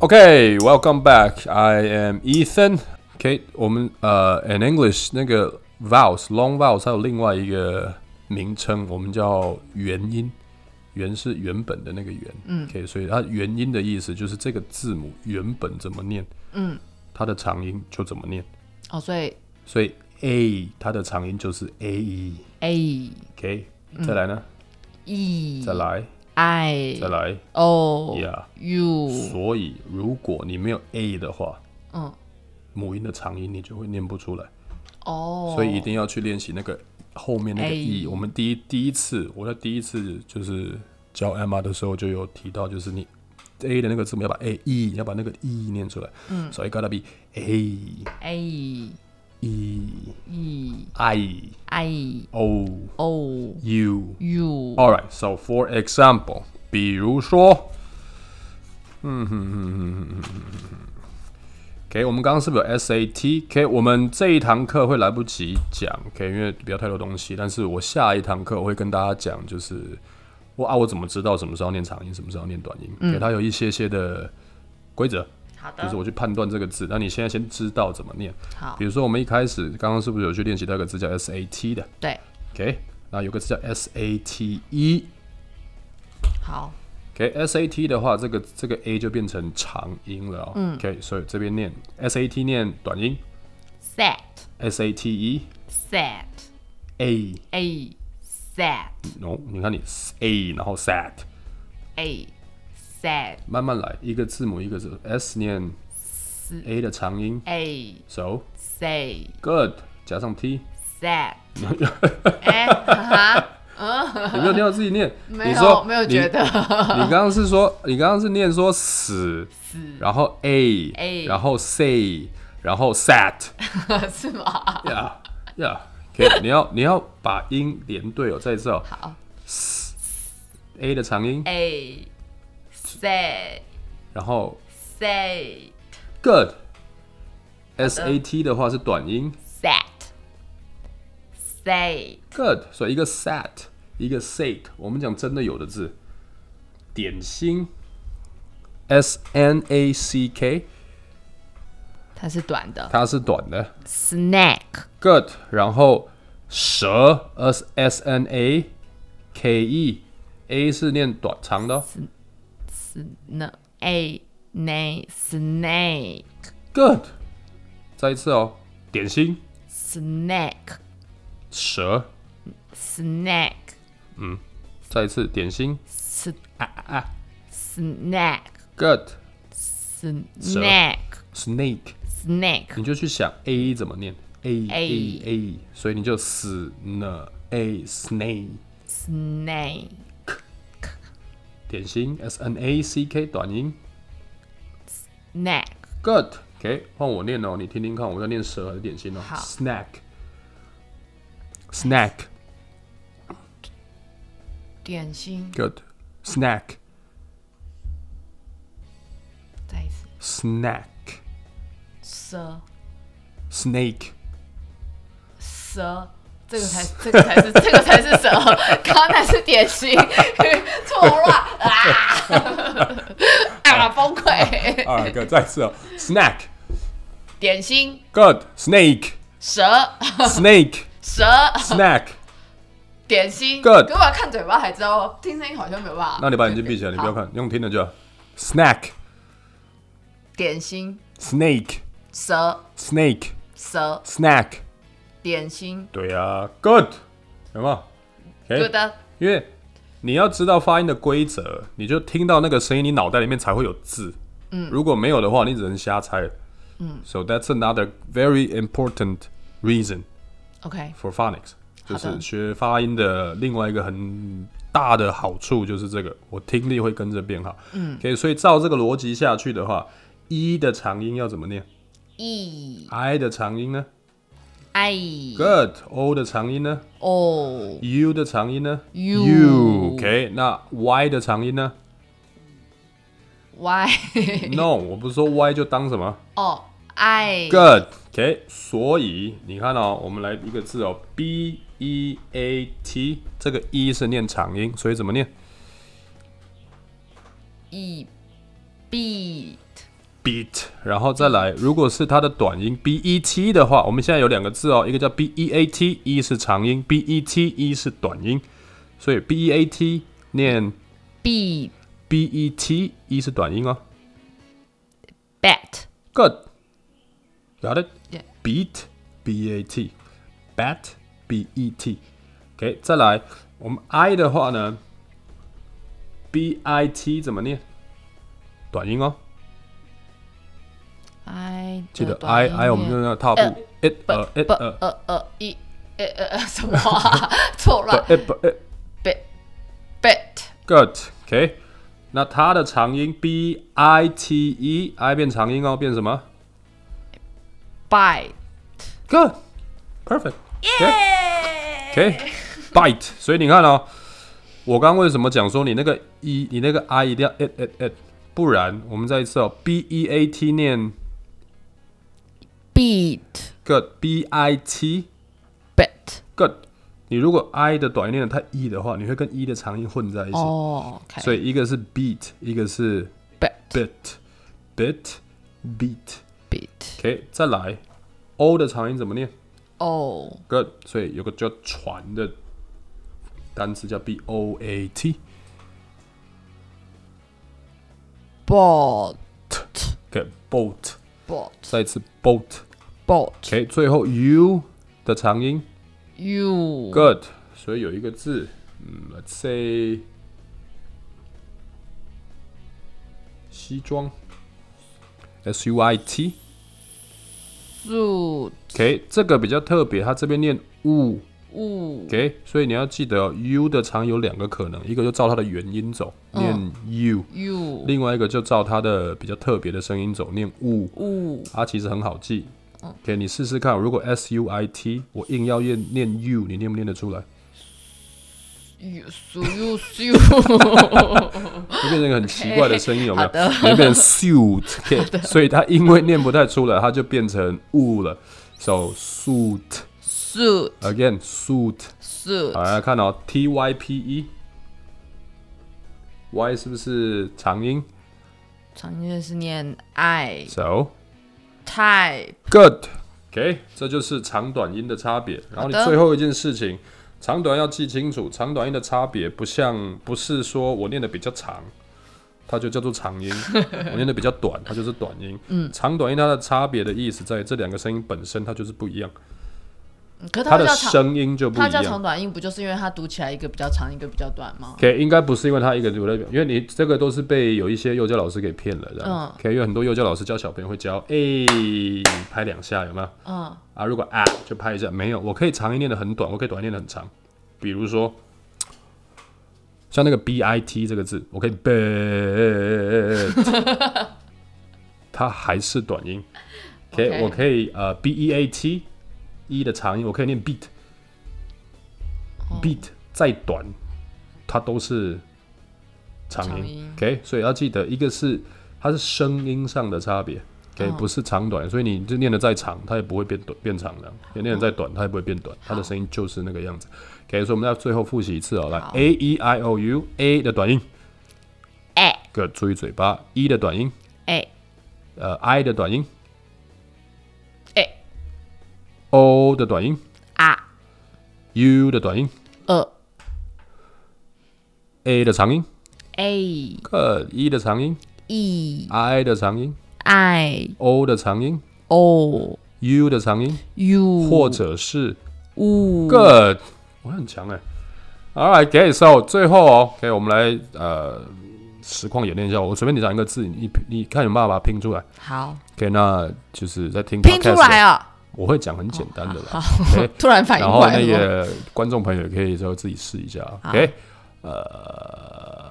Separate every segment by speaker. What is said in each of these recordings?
Speaker 1: Okay, welcome back. I am Ethan. Okay，我们呃、i n English 那个 vowels long vowels 还有另外一个名称，我们叫元音。元是原本的那个元，嗯，OK，所以它元音的意思就是这个字母原本怎么念，
Speaker 2: 嗯，
Speaker 1: 它的长音就怎么念。
Speaker 2: 哦，所以
Speaker 1: 所以 a 它的长音就是 a e。
Speaker 2: a
Speaker 1: OK，再来呢？
Speaker 2: e
Speaker 1: 再来，
Speaker 2: i
Speaker 1: 再来
Speaker 2: o
Speaker 1: ，Yeah。
Speaker 2: u
Speaker 1: 所以如果你没有 a 的话，
Speaker 2: 嗯
Speaker 1: 母音的长音你就会念不出来，
Speaker 2: 哦，
Speaker 1: 所以一定要去练习那个后面那个
Speaker 2: A
Speaker 1: e。我们第一第一次，我在第一次就是教 Emma 的时候就有提到，就是你 a 的那个字母要把 a e 要把那个 e 念出来，嗯，所以 gotta be a
Speaker 2: a
Speaker 1: e
Speaker 2: e
Speaker 1: i
Speaker 2: i
Speaker 1: o
Speaker 2: o
Speaker 1: u。
Speaker 2: u
Speaker 1: All right, so for example，比如说，嗯嗯哼哼哼哼哼哼，OK，我们刚刚是不是有 SAT？OK，、我们这一堂课会来不及讲，OK，因为不要太多东西。但是我下一堂课我会跟大家讲，就是我啊，我怎么知道什么时候念长音，什么时候念短音？给、它有一些些的规则，
Speaker 2: 嗯好的，
Speaker 1: 就是我去判断这个字。那你现在先知道怎么念。
Speaker 2: 好
Speaker 1: 比如说，我们一开始刚刚是不是有去练习到一个字叫 SAT 的
Speaker 2: 对
Speaker 1: ？OK，那有个字叫 SATE。
Speaker 2: 好
Speaker 1: OK SAT 的话，这个这个 A 就变成长音了、哦。OK，所以
Speaker 2: 嗯
Speaker 1: 这边念 SAT 念短音
Speaker 2: set
Speaker 1: ，SATE
Speaker 2: set
Speaker 1: A
Speaker 2: a set
Speaker 1: 哦，你看你 s- A 然后 SAT，
Speaker 2: a set
Speaker 1: 慢慢来，一个字母一个字，S 念 A 的长音
Speaker 2: a
Speaker 1: ，So
Speaker 2: say
Speaker 1: good 加上 T，
Speaker 2: set 哎哈 哈，
Speaker 1: 有没有听到自己念？
Speaker 2: 没
Speaker 1: 你说
Speaker 2: 有没有觉得
Speaker 1: 你刚刚是说，你刚刚是念说死，然后 A，,
Speaker 2: A
Speaker 1: 然后 say，然后 sat。
Speaker 2: 是吗？
Speaker 1: 呀呀，可以，你要你要把音连对哦，再一次哦。
Speaker 2: 好
Speaker 1: A 的长音，
Speaker 2: a say
Speaker 1: 然后
Speaker 2: say
Speaker 1: good。S A T 的话是短音
Speaker 2: set say
Speaker 1: good，所以一个 sat，一个 sat，我们讲真的有的字，点心 S N A C K，
Speaker 2: 它是短的
Speaker 1: 它是短的
Speaker 2: snack
Speaker 1: good，然后蛇 S S N A K E，A 是念短长的、哦、
Speaker 2: n a n snake
Speaker 1: good，再一次哦，点心
Speaker 2: snack
Speaker 1: 蛇
Speaker 2: snack
Speaker 1: 再一次点心
Speaker 2: s snack
Speaker 1: good
Speaker 2: snack
Speaker 1: snake，
Speaker 2: snack
Speaker 1: 你就去想 a 怎么念 a
Speaker 2: A
Speaker 1: a a，所以你就死呢 a snake
Speaker 2: snake
Speaker 1: 点心 s n a c k 短音
Speaker 2: snack
Speaker 1: good OK 换我念哦，你听听看我在念蛇还是点心哦
Speaker 2: 好
Speaker 1: snack snack
Speaker 2: 点心
Speaker 1: good snack
Speaker 2: 再一次
Speaker 1: snack
Speaker 2: 蛇
Speaker 1: snake
Speaker 2: 蛇。这个才，这个才是，这个才是蛇。 刚刚那是点心， 错乱啊 啊！崩溃。
Speaker 1: 啊 good 再次哦 snack
Speaker 2: 点心
Speaker 1: good snake
Speaker 2: 蛇
Speaker 1: snake
Speaker 2: 蛇
Speaker 1: snack
Speaker 2: 点心
Speaker 1: Good
Speaker 2: 给我看嘴巴才知道，听声音好像没有办法。
Speaker 1: 那你把眼睛闭起来，你不要看，用听的就好 snack
Speaker 2: 点心
Speaker 1: snake
Speaker 2: 蛇
Speaker 1: snake
Speaker 2: 蛇
Speaker 1: snack。
Speaker 2: 点心，
Speaker 1: 对啊，good，有没有？哎
Speaker 2: 对的，
Speaker 1: 因为你要知道发音的规则，你就听到那个声音，你脑袋里面才会有字。嗯，如果没有的话，你只能瞎猜。嗯，so that's another very important reason
Speaker 2: OK，
Speaker 1: for phonics，就
Speaker 2: 好
Speaker 1: 是
Speaker 2: 的
Speaker 1: 学发音的另外一个很大的好处就是这个，我听力会跟着变好。嗯，OK，所以照这个逻辑下去的话，一的长音要怎么念
Speaker 2: e
Speaker 1: ？i 的长音呢
Speaker 2: i
Speaker 1: ？good，o 的长音呢？
Speaker 2: o
Speaker 1: U 的长音呢
Speaker 2: U
Speaker 1: OK，那 Y 的长音呢
Speaker 2: y
Speaker 1: ？No，我不是说 Y 就当什么
Speaker 2: 哦 i
Speaker 1: ？Good。OK，所以你看哦，我们来一个字哦，B E A T，这个 E 是念长音，所以怎么念
Speaker 2: e beat
Speaker 1: beat，然后再来，如果是它的短音 b e t 的话，我们现在有两个字哦，一个叫 b e a t，一是长音，b e t 一是短音，所以 b e a t 念
Speaker 2: b
Speaker 1: b e t 一是短音哦。
Speaker 2: bat
Speaker 1: Good. Got it?
Speaker 2: Yeah.
Speaker 1: Beat, B E A T. Bat, B E T. OK，再来，我们 I 的话呢，B I T 怎么念？短音哦，
Speaker 2: i
Speaker 1: 记得
Speaker 2: 的呃短
Speaker 1: I
Speaker 2: 音
Speaker 1: I 我们
Speaker 2: 念
Speaker 1: 就那个踏步
Speaker 2: 呃
Speaker 1: ，it 呃
Speaker 2: 不
Speaker 1: it
Speaker 2: 不
Speaker 1: 呃
Speaker 2: 呃呃一呃呃呃什么啊错
Speaker 1: 不
Speaker 2: 了
Speaker 1: 呃 it 不 it
Speaker 2: bet bet
Speaker 1: good OK，那它的长音 B I T E I 变长音哦，变什么
Speaker 2: bite
Speaker 1: ？Good, perfect. OK。
Speaker 2: 耶
Speaker 1: OK，bite、所以你看哦，我刚刚为什么讲说你那个 e，你那个 i 一定要 it it it，不然我们再一次哦，b e a t 念
Speaker 2: beat
Speaker 1: good b i t
Speaker 2: bet
Speaker 1: good。你如果 i 的短音念的太 e 的话，你会跟 e 的长音混在一起，
Speaker 2: 哦，OK，
Speaker 1: 所以一个是 beat，一个是
Speaker 2: bet
Speaker 1: bit，bit beat。
Speaker 2: beat
Speaker 1: OK，再来 o 的长音怎么念
Speaker 2: o
Speaker 1: good？所以有个叫船的单词叫 b o a t。
Speaker 2: bot
Speaker 1: OK，boat、
Speaker 2: bot
Speaker 1: 再一次 boat。
Speaker 2: bot
Speaker 1: OK，最后 u 的长音
Speaker 2: you
Speaker 1: good，所以有一个字，嗯，let's say 西装，s u i t。
Speaker 2: suit
Speaker 1: OK，这个比较特别，它这边念 u。
Speaker 2: u
Speaker 1: OK，所以你要记得哦、u 的长有两个可能，一个就照它的元音走，
Speaker 2: 嗯
Speaker 1: 念 u；、
Speaker 2: you
Speaker 1: 另外一个就照它的比较特别的声音走，念 u。
Speaker 2: u
Speaker 1: 它其实很好记。OK，你
Speaker 2: 嗯
Speaker 1: 试试看，如果 S U I T，我硬要念念 U，你念不念得出来？
Speaker 2: you su you su
Speaker 1: 就变成一个很奇怪的声音，有没有？
Speaker 2: 好的
Speaker 1: 你会变成 suit，、OK，所以它因为念不太出来，它就变成 u 了。So suit
Speaker 2: suit
Speaker 1: again suit，好
Speaker 2: suit
Speaker 1: 来看哦，T Y P E，Y 是不是长音
Speaker 2: 常见是念 i
Speaker 1: ？So
Speaker 2: type
Speaker 1: Good。OK，这就是长短音的差别。然后你
Speaker 2: 好的
Speaker 1: 最后一件事情，长短要记清楚，长短音的差别不像不是说我念的比较长，它就叫做长 音；我念的比较短，它就是短音。嗯，长短音它的差别的意思在于这两个声音本身它就是不一样，
Speaker 2: 可是
Speaker 1: 它
Speaker 2: 它
Speaker 1: 的
Speaker 2: 叫长，
Speaker 1: 声音就不
Speaker 2: 它
Speaker 1: 一
Speaker 2: 叫长
Speaker 1: 样。
Speaker 2: 短音，不就是因为它读起来一个比较长，一个比较短吗？
Speaker 1: OK，应该不是因为它一个有代表，因为你这个都是被有一些幼教老师给骗了的。
Speaker 2: 嗯
Speaker 1: OK，因为很多幼教老师教小朋友会教，诶，拍两下，有没有？
Speaker 2: 嗯，
Speaker 1: 啊，如果啊就拍一下，没有，我可以长音念的很短，我可以短音念的很长。比如说，像那个 B I T 这个字，我可以 bet，它还是短音。OK，,
Speaker 2: OK
Speaker 1: 我可以呃 B E A T 一的长音，我可以念 beat，beat、beat 再短，它都是长音。
Speaker 2: 长音
Speaker 1: OK，所以要记得，一个是它是声音上的差别，OK，、不
Speaker 2: 嗯
Speaker 1: 是长短，所以你就念得再长，它也不会变短变长的；也念得再短，它也不会变短，它的声音就是那个样子。OK，所以我们要最后复习一次哦，来
Speaker 2: 好
Speaker 1: ，A E I O U A 的短音
Speaker 2: 哎
Speaker 1: ，Good，注意嘴巴；E 的短音，
Speaker 2: 哎
Speaker 1: 呃，I 的短音
Speaker 2: 哎
Speaker 1: ，O 的短音
Speaker 2: 啊
Speaker 1: ，U 的短音
Speaker 2: 呃
Speaker 1: ，A 的长音
Speaker 2: a
Speaker 1: ，Good，E 的长音
Speaker 2: e
Speaker 1: ，I 的长音
Speaker 2: i
Speaker 1: ，O 的长音
Speaker 2: o
Speaker 1: ，U 的长音，
Speaker 2: u
Speaker 1: 或者是
Speaker 2: u
Speaker 1: Good，我很强哎、All right, g a y so 最后哦，OK，我们来呃实况演练一下。我随便你讲一个字，你你看有没有办法拼出来
Speaker 2: 好
Speaker 1: ？OK，那就是在听
Speaker 2: 拼出
Speaker 1: podcast
Speaker 2: 来
Speaker 1: 的
Speaker 2: 啊！
Speaker 1: 我会讲很简单的啦。
Speaker 2: 好
Speaker 1: OK，
Speaker 2: 突然反应
Speaker 1: 然后
Speaker 2: 过来
Speaker 1: 那
Speaker 2: 了，
Speaker 1: 个观众朋友也可以就自己试一下啊。
Speaker 2: 好
Speaker 1: OK，呃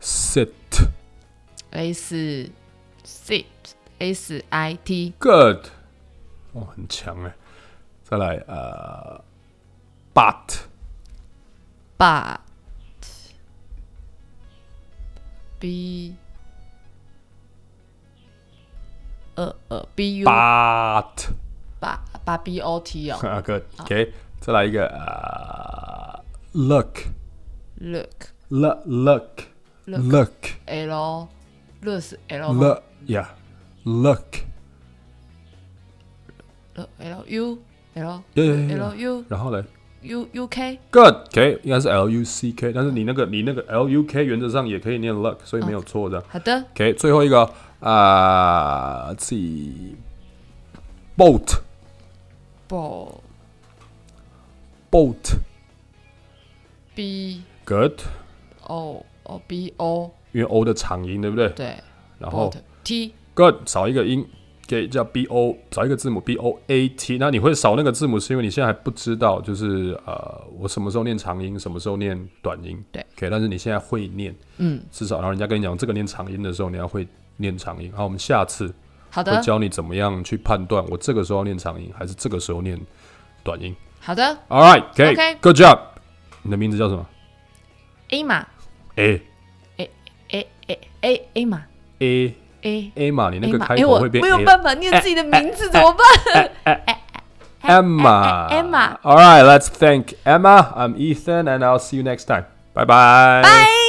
Speaker 1: ，sit，sit。
Speaker 2: a 是 sit a 是 i t
Speaker 1: Good，哇，很强哎！再来，呃，but
Speaker 2: but b 呃呃 b u
Speaker 1: but
Speaker 2: 八八 b o t 哦
Speaker 1: 啊，good，OK，再来一个，呃，look
Speaker 2: ，look
Speaker 1: l look
Speaker 2: Look 哦
Speaker 1: look
Speaker 2: L 乐是 L 吗
Speaker 1: l yeah look，
Speaker 2: L L U L
Speaker 1: Yeah, yeah, yeah,
Speaker 2: L U
Speaker 1: 然后嘞
Speaker 2: U U K
Speaker 1: good，OK 应该是 l u c k，但是你那个你那个 l u k 原则上也可以念 look，所以没有错的。
Speaker 2: 好的
Speaker 1: OK，最后一个啊，自己 boat
Speaker 2: ，ball
Speaker 1: boat
Speaker 2: B
Speaker 1: good，
Speaker 2: O 哦 B O
Speaker 1: 因为 o 的长音对不对？
Speaker 2: 对，
Speaker 1: 然后
Speaker 2: boat T
Speaker 1: good 少一个音，给叫 b o 少一个字母 b o a t。那你会少那个字母，是因为你现在还不知道，就是呃，我什么时候念长音，什么时候念短音。
Speaker 2: 对
Speaker 1: ，OK，但是你现在会念，
Speaker 2: 嗯，
Speaker 1: 至少然后人家跟你讲这个念长音的时候，你要会念长音。好，我们下次
Speaker 2: 好
Speaker 1: 会
Speaker 2: 的
Speaker 1: 教你怎么样去判断，我这个时候要念长音，还是这个时候念短音。
Speaker 2: 好的
Speaker 1: All right, okay,
Speaker 2: Okay.
Speaker 1: good job. 你的名字叫什么
Speaker 2: ，A 码
Speaker 1: ？A
Speaker 2: A A A A 码
Speaker 1: A
Speaker 2: A
Speaker 1: A 嘛，你那
Speaker 2: A
Speaker 1: 个
Speaker 2: 码，
Speaker 1: 开
Speaker 2: 哎
Speaker 1: 口
Speaker 2: 我
Speaker 1: 会变
Speaker 2: 没有
Speaker 1: A 哎
Speaker 2: 办法念自己的名字怎么办？
Speaker 1: Emma.
Speaker 2: eh, Emma.
Speaker 1: All right, let's thank Emma. I'm Ethan, and I'll see you next time. Bye bye.
Speaker 2: 拜。